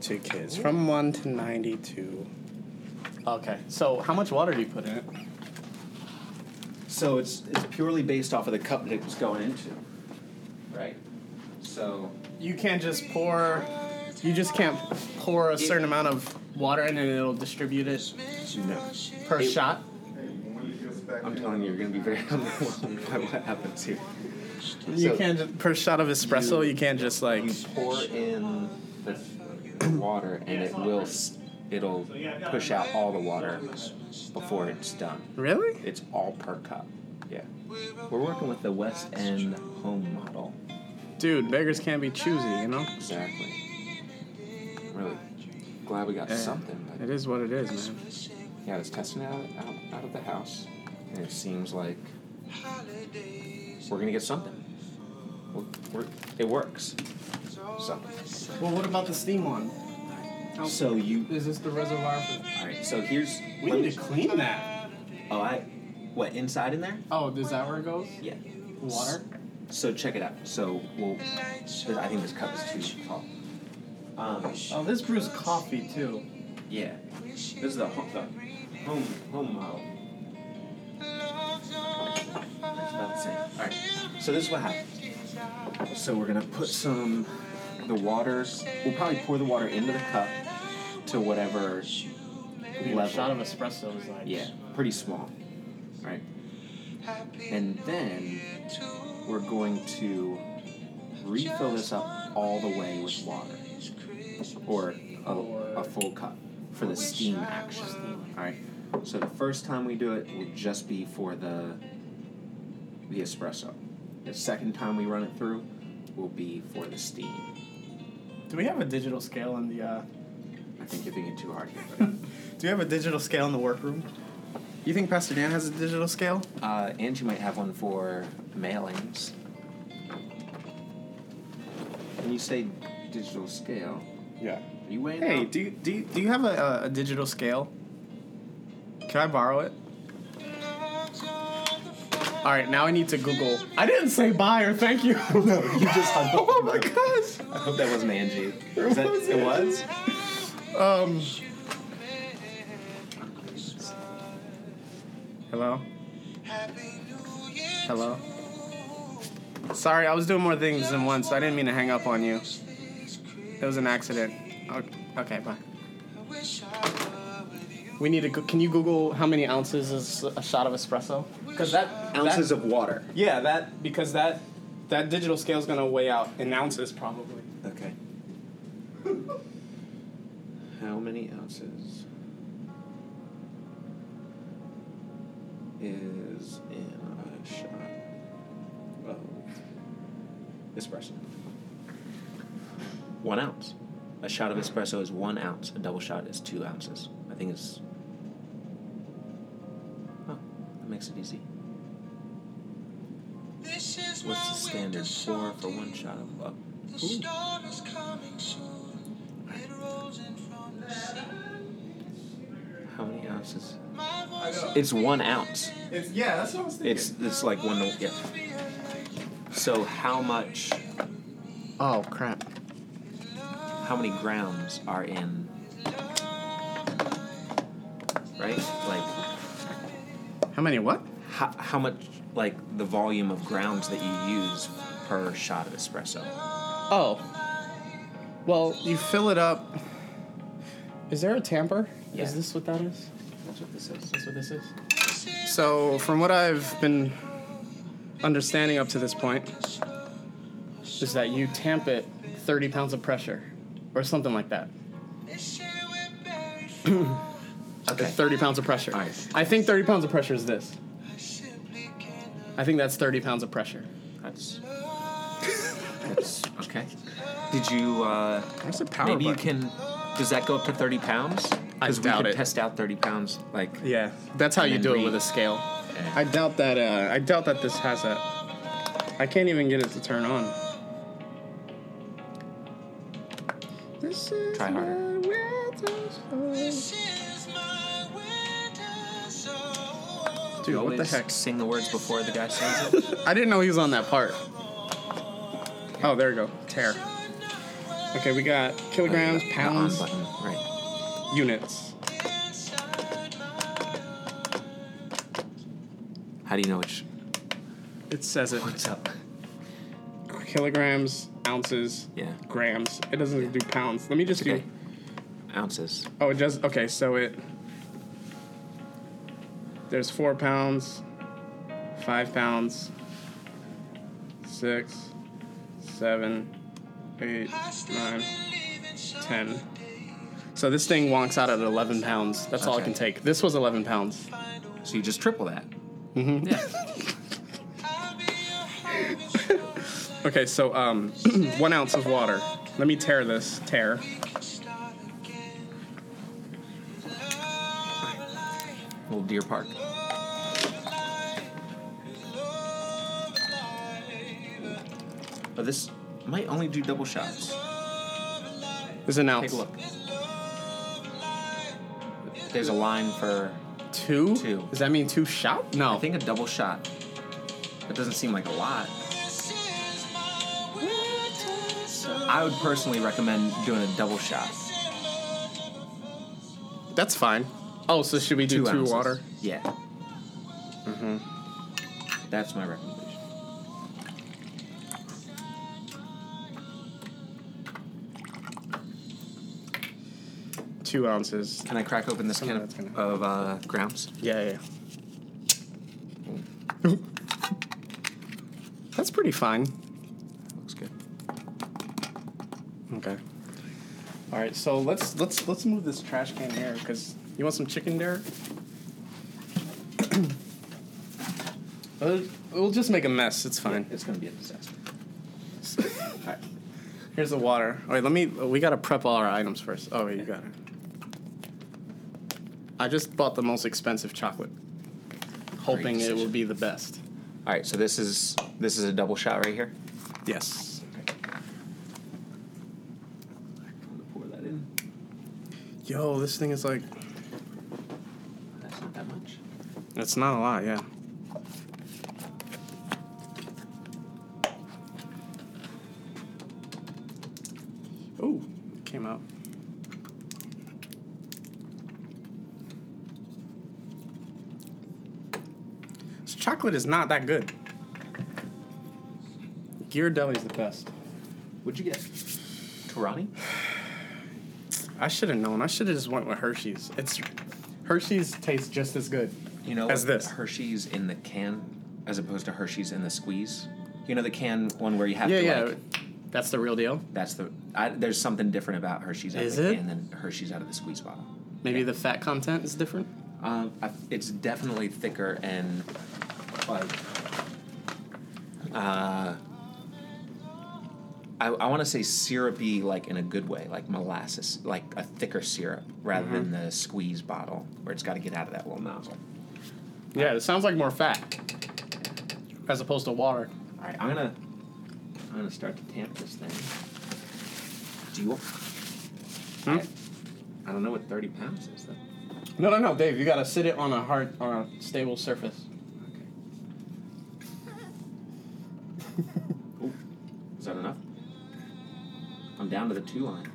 two kids from one to ninety-two. Okay. So how much water do you put in it? So it's it's purely based off of the cup that it's going into, right? So You can't just pour. You just can't pour a certain amount of water in and it'll distribute it no, per shot. I'm telling you, you're gonna be very overwhelmed by what happens here. you So- can't just, per shot of espresso. You, can't just like. You pour in the, the water, and it will s- it'll push out all the water before it's done. Really? It's all per cup. Yeah, we're working with the West End home model. Dude, beggars can't be choosy, you know? Exactly. Really glad we got something. But It is what it is, man. Yeah, it's testing it out, out out of the house, and it seems like we're gonna get something. We're, we're, it works. Something. Well, what about the steam one? So you. Is this the reservoir for. All right. So here's. We let need me- to clean that. Oh, I. What inside in there? Oh, is that where it goes? Yeah. Water? So check it out. So we'll. I think this cup is too tall. Um. Oh, this brews coffee too. Yeah. This is the home. The home home model. That's about the same. All right. So this is what happened. So we're gonna put some the water. We'll probably pour the water into the cup to whatever Dude, level. a shot of espresso is like. Yeah, pretty small. Right. And then we're going to refill this up all the way with water. Or a, a full cup for the steam action. Alright. So the first time we do it will just be for the the espresso. The second time we run it through will be for the steam. Do we have a digital scale in the? Uh, I think you're thinking too hard here, buddy. do we have a digital scale in the workroom? You think Pastor Dan has a digital scale? Uh, and you might have one for mailings. When you say digital scale, Yeah. are you weighing Hey, out? do you, do you, do you have a, a, a digital scale? Can I borrow it? All right, now I need to Google. I didn't say buy or thank you. no, you just oh my gosh. I hope that wasn't Angie. Is that, was it was? Um. Hello. Hello. Sorry, I was doing more things than once. I didn't mean to hang up on you. It was an accident. Okay, okay bye. We need to. Go- Can you Google how many ounces is a shot of espresso? Because that Ounces of water. yeah, that because that that digital scale is gonna weigh out in ounces probably. Okay. How many ounces is in a shot of espresso? One ounce. A shot of espresso is one ounce. A double shot is two ounces. I think it's. Oh, that makes it easy. What's the standard? Four for one shot of. Uh, How many ounces? It's one ounce. It's, yeah, that's what I was thinking. It's it's like one. Yeah. So how much? oh crap. How many grams are in? Right. Like How many what? how how much? Like the volume of grounds that you use per shot of espresso. Oh. Well, you fill it up. Is there a tamper? Yeah. Is this what that is? That's what this is. That's what this is? So, from what I've been understanding up to this point, is that you tamp it 30 pounds of pressure or something like that. Okay. 30 pounds of pressure. Nice. I think 30 pounds of pressure is this. I think that's 30 pounds of pressure. That's. That's okay. Did you? uh... That's a power Maybe you can. Does that go up to thirty pounds? I Because we doubt could it. test out thirty pounds. Like Yeah, that's how you then do it read. with a scale. I doubt that. Uh, I doubt that this has a. I can't even get it to turn on. This is Try harder. my winter's home. Dude, you what the always heck? Sing the words before the guy sings it. I didn't know he was on that part. Oh, there we go. Tear. Okay, Okay, we got kilograms, The- the on pounds, button, right. units. How do you know which? It says it. What's up? Kilograms, ounces, Yeah. grams. It doesn't do pounds. Let me just Okay. do. Ounces. Oh, it does. Okay, so it. There's four pounds, five pounds, six, seven, eight, nine, ten. So this thing wonks out at 11 pounds. That's all it Okay. can take. This was 11 pounds. So you just triple that. Mm-hmm. Okay, so um, one ounce of water. Let me tear this. Tear. Little Deer Park. But Oh, this might only do double shots. This is an Take ounce. a look. There's a line for Two? Two. Does that mean two shot? No. I think a double shot. That doesn't seem like a lot. I would personally recommend doing a double shot. That's fine. Oh, so should we do two, ounces. water? Yeah. Mm-hmm. That's my recommendation. Two ounces. Can I crack open this can Something of, that's of uh, grams? Yeah, yeah. yeah. That's pretty fine. Looks good. Okay. All right, so let's let's let's move this trash can here because you want some chicken, Derek. It'll, it'll just make a mess. It's fine. It's gonna be a disaster. Alright. Here's the water. All right, let me. We gotta prep all our items first. Oh, wait, you got it. I just bought the most expensive chocolate, hoping it will decision. be the best. Alright, so this is this is a double shot right here. Yes. Pour that in. Yo, this thing is like. That's not that much. It's not a lot, yeah. Oh, it came out. This chocolate is not that good. Ghirardelli's the best. What'd you get? Tarani? I should have known. I should have just went with Hershey's. It's Hershey's tastes just as good. You know, As what? this. Hershey's in the can, as opposed to Hershey's in the squeeze. You know the can one where you have Yeah, to yeah. like. That's the real deal. That's the. I, there's something different about Hershey's out Is of the it? can than Hershey's out of the squeeze bottle. Maybe the fat content is different. Um, I, it's definitely thicker and like. Uh, I, I want to say syrupy, like in a good way, like molasses, like a thicker syrup, rather than the squeeze bottle where it's got to get out of that little nozzle. Yeah, it sounds like more fat as opposed to water. All right, I'm gonna I'm gonna start to tamp this thing. Do you? I, I don't know what 30 pounds is though. No, no, no, Dave. You gotta sit it on a hard, on a stable surface. Okay. Ooh, is that enough? I'm down to the two line.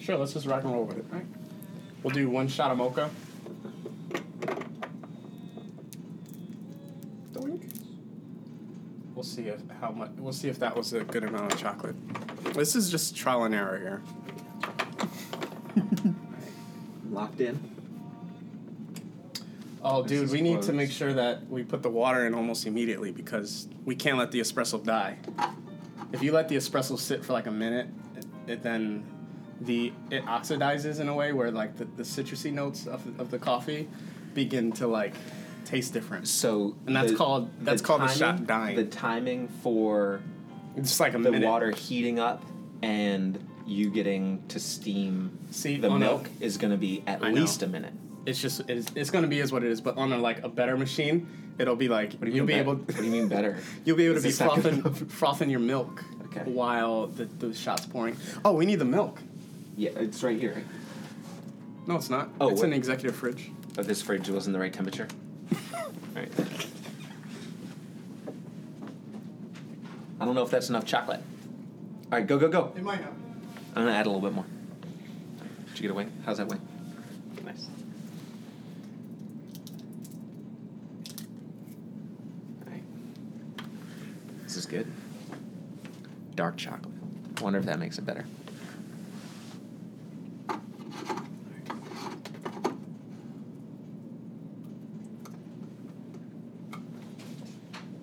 Sure, let's just rock and roll with it. Right. We'll do one shot of mocha. Doink. We'll see if how much. We'll see if that was a good amount of chocolate. This is just trial and error here. Locked in. Oh, This dude, is we need to close. make sure that we put the water in almost immediately because we can't let the espresso die. If you let the espresso sit for like a minute, it, it then the it oxidizes in a way where like the, the citrusy notes of, of the coffee begin to like taste different. So And that's called- that's called the shot dying. The timing for It's just like a the minute. water heating up and you getting to steam See, the on a- milk is going to be at I know. least a minute. It's just it's, it's gonna be is what it is. But on a like a better machine, it'll be like you'll be Better- able. What do you mean better? You'll be able to Is be this not good frothing, enough? frothing your milk Okay. while the, the shot's pouring. Oh, we need the milk. Yeah, it's right here. No, it's not. Oh, it's what- an executive fridge. Oh, this fridge wasn't the right temperature. right. I don't know if that's enough chocolate. All right, go, go, go. It might not. I'm gonna add a little bit more. Did you get away? How's that way? Nice. Alright. This is good. Dark chocolate. Wonder if that makes it better.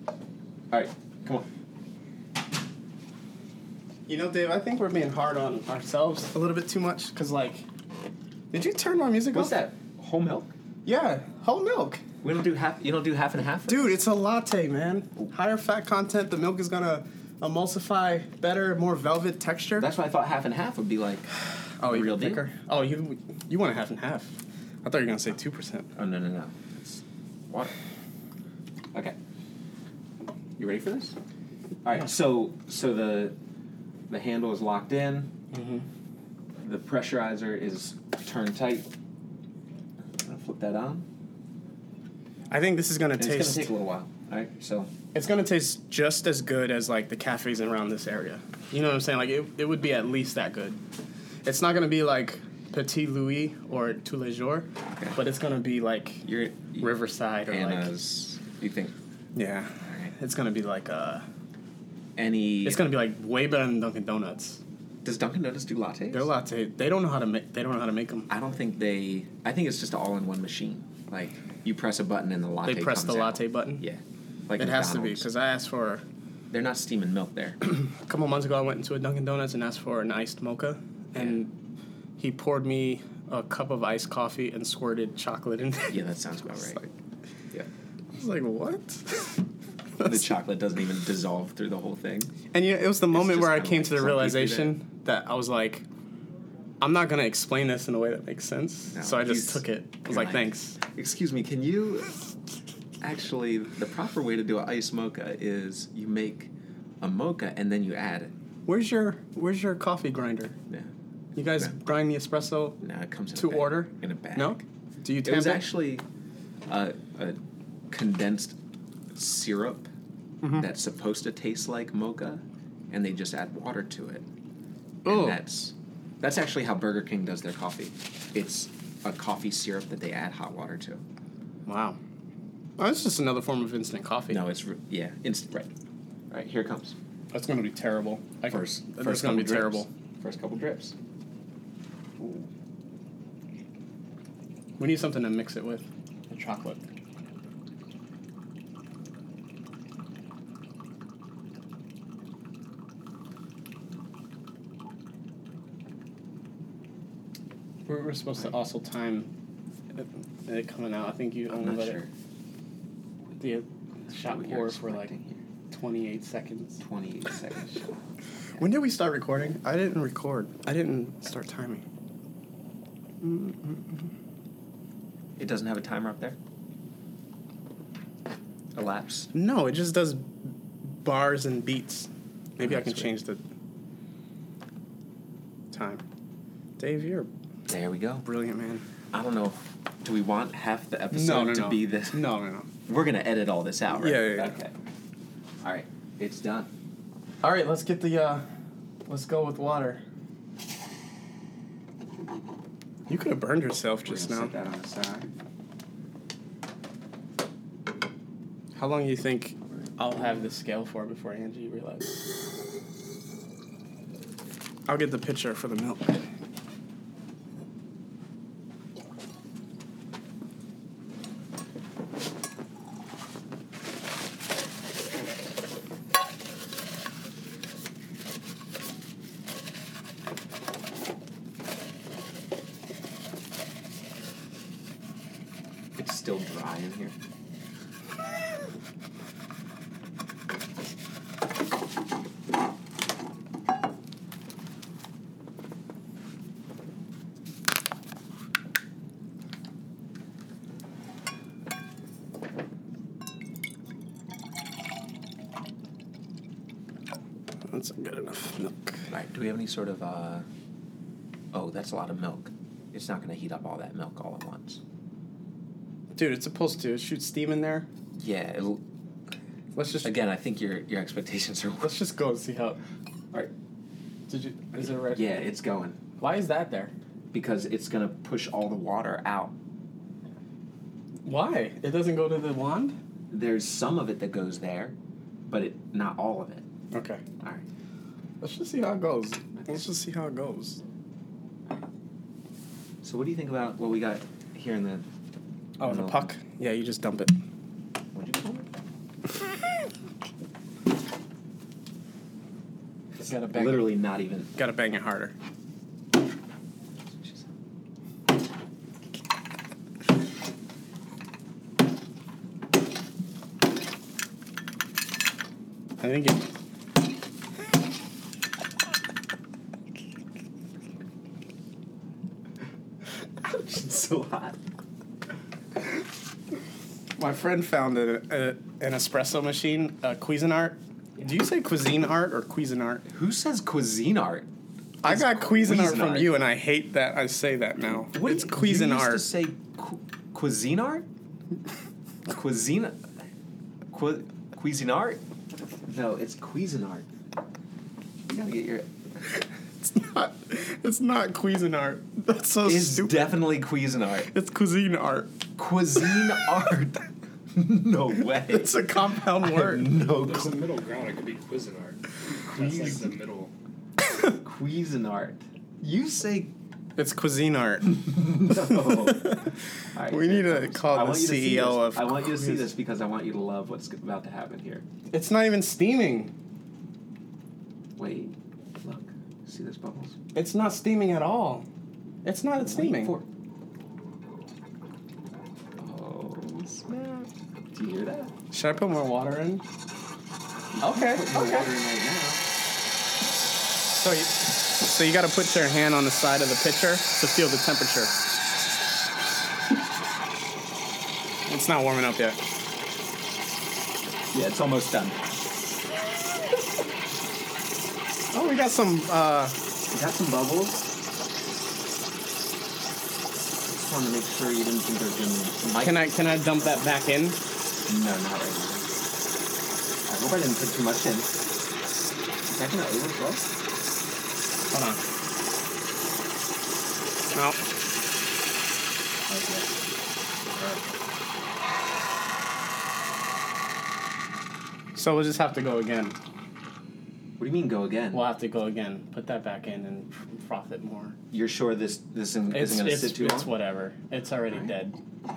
All right, come on. You know, Dave, I think we're being hard on ourselves a little bit too much. Cause like, did you turn my music What's off? that? Whole milk? Yeah, whole milk. We don't do half. You don't do half and half. Dude, it's a latte, man. Higher fat content. The milk is gonna emulsify better, more velvet texture. That's why I thought half and half would be like. oh, even real deal. thicker. Oh, you you want a half and half? I thought you were gonna say two percent. Oh no no no! It's water. Okay. You ready for this? All right. So so the the handle is locked in. Mm-hmm. The pressurizer is turned tight. I'm gonna flip that on. I think this is gonna And taste. It's gonna take a little while. All right. So it's gonna taste just as good as like the cafes around this area. You know what I'm saying? Like it, it would be at least that good. It's not gonna be like Petit Louis or Tous les Jours, but it's gonna be like You're Riverside or like Anna's. You think yeah. right. It's gonna be like uh, any? it's gonna be like way better than Dunkin' Donuts. does Dunkin' Donuts do lattes? Their latte, they don't know how to make. They don't know how to make them. I don't think they. I think it's just an all-in-one machine. Like you press a button and the latte. They press the comes out. latte button. Yeah. Like it has to be McDonald's. because I asked for they're not steaming milk there. a couple months ago. I went into a Dunkin' Donuts and asked for an iced mocha, and he poured me a cup of iced coffee and squirted chocolate in. there. yeah, that sounds about right. like- yeah. I was like, what? The chocolate doesn't even dissolve through the whole thing. And you know, it was the moment just where I kinda came like to the some people do realization that. I was like, I'm not gonna explain this in a way that makes sense. No, so I just he's- took it. I was you're like, like- thanks. Excuse me, can you actually the proper way to do an ice mocha is you make a mocha and then you add it. Where's your Where's your coffee grinder? Yeah. You guys Yeah. grind the espresso No, it comes in to a bag, order in a bag. No, do you? It was tamp actually a, a condensed syrup Mm-hmm. that's supposed to taste like mocha, and they just add water to it. Oh. And that's that's actually how Burger King does their coffee. It's a coffee syrup that they add hot water to. Wow. Oh, it's just another form of instant coffee. No, it's re- yeah, instant right. All right, here it comes. that's gonna be terrible. I can- First, that's first gonna couple be drips. terrible. First couple drips. We need something to mix it with. The chocolate. We're, we're supposed to also time it- it coming out. I think you I'm only not let sure. it the shot What you're pour for like expecting here. 28 seconds. 28 seconds. shot. When did we start recording? I didn't record. I didn't start timing. It doesn't have a timer up there. Elapse. No, it just does bars and beats. Oh, Maybe I can change the time. Dave, you're a There we go. brilliant man. I don't know. if- Do we want half the episode to be this? No, no, no. We're gonna edit all this out, right? Yeah, yeah, yeah. Okay. All right. It's done. All right, let's get the. uh Let's go with water. You could have burned yourself we're just gonna now. set that on the side. How long do you think I'll have the scale for before Angie realizes? I'll get the pitcher for the milk. It's still dry in here. That's good enough milk. All right. Do we have any sort of? uh Oh, that's a lot of milk. It's not gonna heat up all that milk all at once. Dude, it's supposed to. It shoots steam in there. Yeah. It'll, Let's just Again, I think your your expectations are. let's just go and see how. All right. Did you? Is it right? Yeah, it's going Why is that there? because it's gonna push all the water out. Why? It doesn't go to the wand. There's some of it that goes there, but it not all of it. Okay. All right. Let's just see how it goes. Let's just see how it goes. So what do you think about what we got here in the? Oh, the No. puck. Yeah, you just dump it. What'd you call it? It's gotta bang. Literally not even. Gotta bang it harder. I think it. It's so hot. My friend found a, a, an espresso machine, a Cuisinart. Do you say cuisine art or Cuisinart? Who says cuisine art? I got Cuisinart from Cuisinart. you, and I hate that I say that now. What it's do you- You used to Cuisinart. say cu- cuisine art. cuisine. Cu- cuisine art. No, it's cuisine art. You gotta get your. It's not. It's not Cuisinart. That's so It's stupid. definitely cuisine art. it's cuisine art. Cuisine art. no way. It's a compound word. no There's a cu- middle ground. It could be Cuisinart. That's like the middle. cuisine art. You say Oh. It's cuisine art. no. All right. We need to call I the want you to see CEO this. of. I want you to see Cuis- this because I want you to love what's about to happen here. It's not even steaming. Wait, look, see those bubbles? It's not steaming at all. It's not steaming. Wait for it. Oh snap! Do you hear that? Should I put more water in? Okay. Put Okay. more water in right now. So you, so you got to put your hand on the side of the pitcher to feel the temperature. It's not warming up yet. Yeah, it's almost done. Oh, we got some. Uh, You got some bubbles. Just wanted to make sure you didn't think there's gonna. Mike, can I can I dump that back in? No, not right now. I hope I didn't put too much in. Is that gonna overflow? Hold on. No. Okay. So we'll just have to go again. What do you mean go again? We'll have to go again. Put that back in and froth it more. You're sure this this isn't It's gonna it's, sit too it's long? whatever. It's already Alright. dead.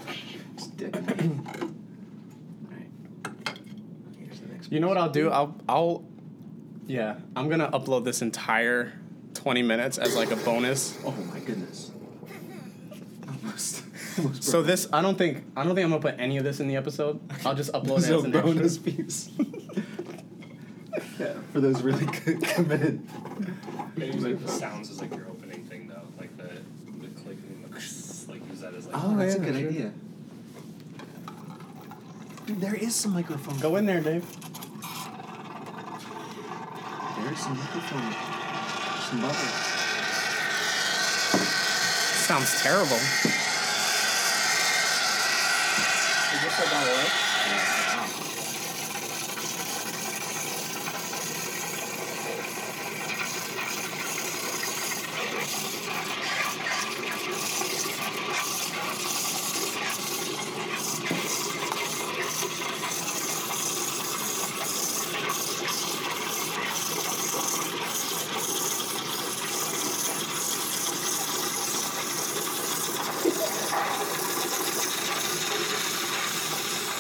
Stick. Alright. Here's the next You know what I'll do? I'll I'll yeah. I'm gonna upload this entire 20 minutes as like a bonus. Oh my goodness. Almost. almost So broke. this I don't think I don't think I'm gonna put any of this in the episode. I'll just upload This it is as a an bonus extra. piece. yeah, for those really good, committed. Maybe like the sounds is like your opening thing though, like the the clicking, the like use that as like. Oh, that's a yeah, good sure. idea. Dude, there is some microphone. Go in there, Dave. There is some microphone. Some bubbles. Sounds terrible.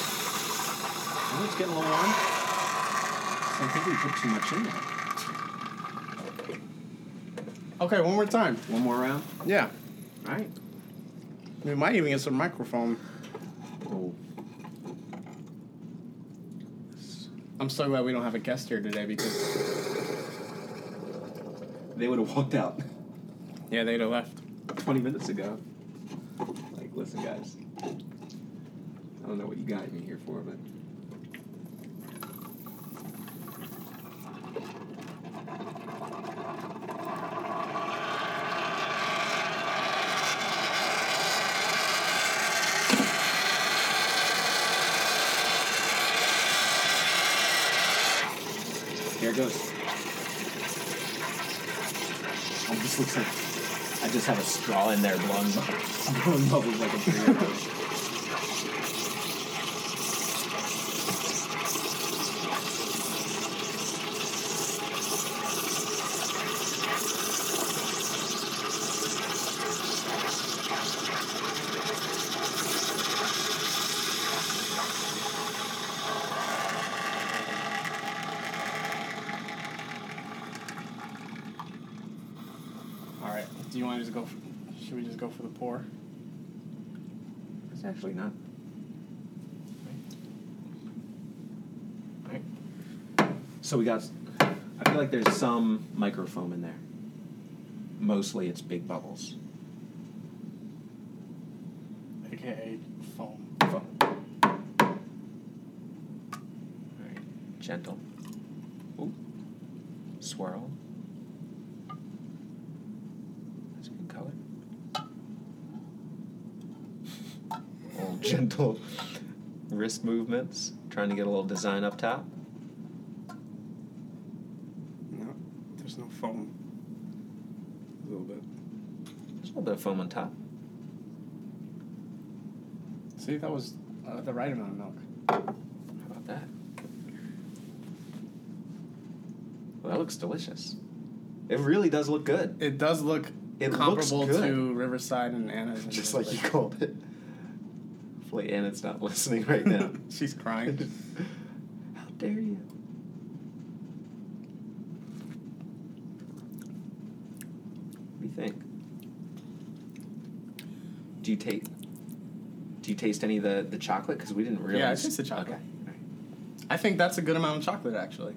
Oh, it's getting a little warm. I think we put too much in there. Okay, one more time. One more round. Yeah. All right. We might even get some microphone. Oh. I'm so glad we don't have a guest here today because They would have walked out yeah, they'd have left. 20 minutes ago. Like, listen, guys. I don't know what you got me here for, but. it goes. Oh, I'm just looks like I just have a straw in there blowing, blowing bubbles like a three-year-old. All right. Do you want to just go? f should we just go for the pour? It's actually not. Right. So we got. I feel like there's some microfoam in there. Mostly, it's big bubbles. AKA foam. Foam. Alright, Gentle. Ooh. Swirl. That's a good color. Little gentle wrist movements, trying to get a little design up top. No, there's no foam. A little bit. There's a little bit of foam on top. See, that was uh, the right amount of milk. How about that? Well, that looks delicious. It really does look good. It does look It looks comparable good. to Riverside and Anna's. and Just like Riverside. you called it. Hopefully Anna's not listening right now. She's crying. How dare you? What do you think? Do you taste? Do you taste any of the the chocolate? Because we didn't realize. taste the chocolate. Okay. I think that's a good amount of chocolate, actually.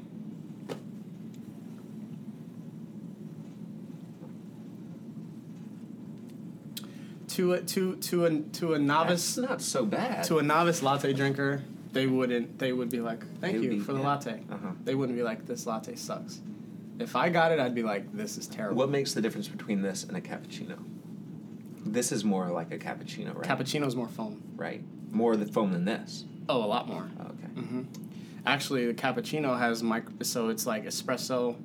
To a to to a to a That's novice not so bad. to a novice latte drinker, they wouldn't. They would be like, "Thank They would you be- for the yeah. latte." Uh-huh. They wouldn't be like, "This latte sucks." If I got it, I'd be like, "This is terrible." What makes the difference between this and a cappuccino? This is more like a cappuccino, right? Cappuccino's more foam. right? More the foam than this. Oh, a lot more. Okay. hmm Actually, the cappuccino has micro, so it's like espresso,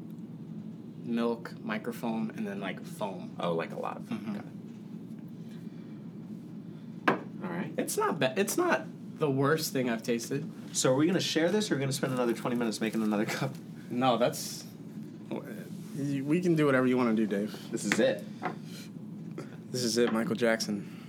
milk, microfoam, and then like foam. Oh, like a lot. Of foam. Mhm. Got it. All right. It's not bad. It's not the worst thing I've tasted. So are we going to share this, or are we going to spend another twenty minutes making another cup? No, that's. We can do whatever you want to do, Dave. This is it. This is it, Michael Jackson.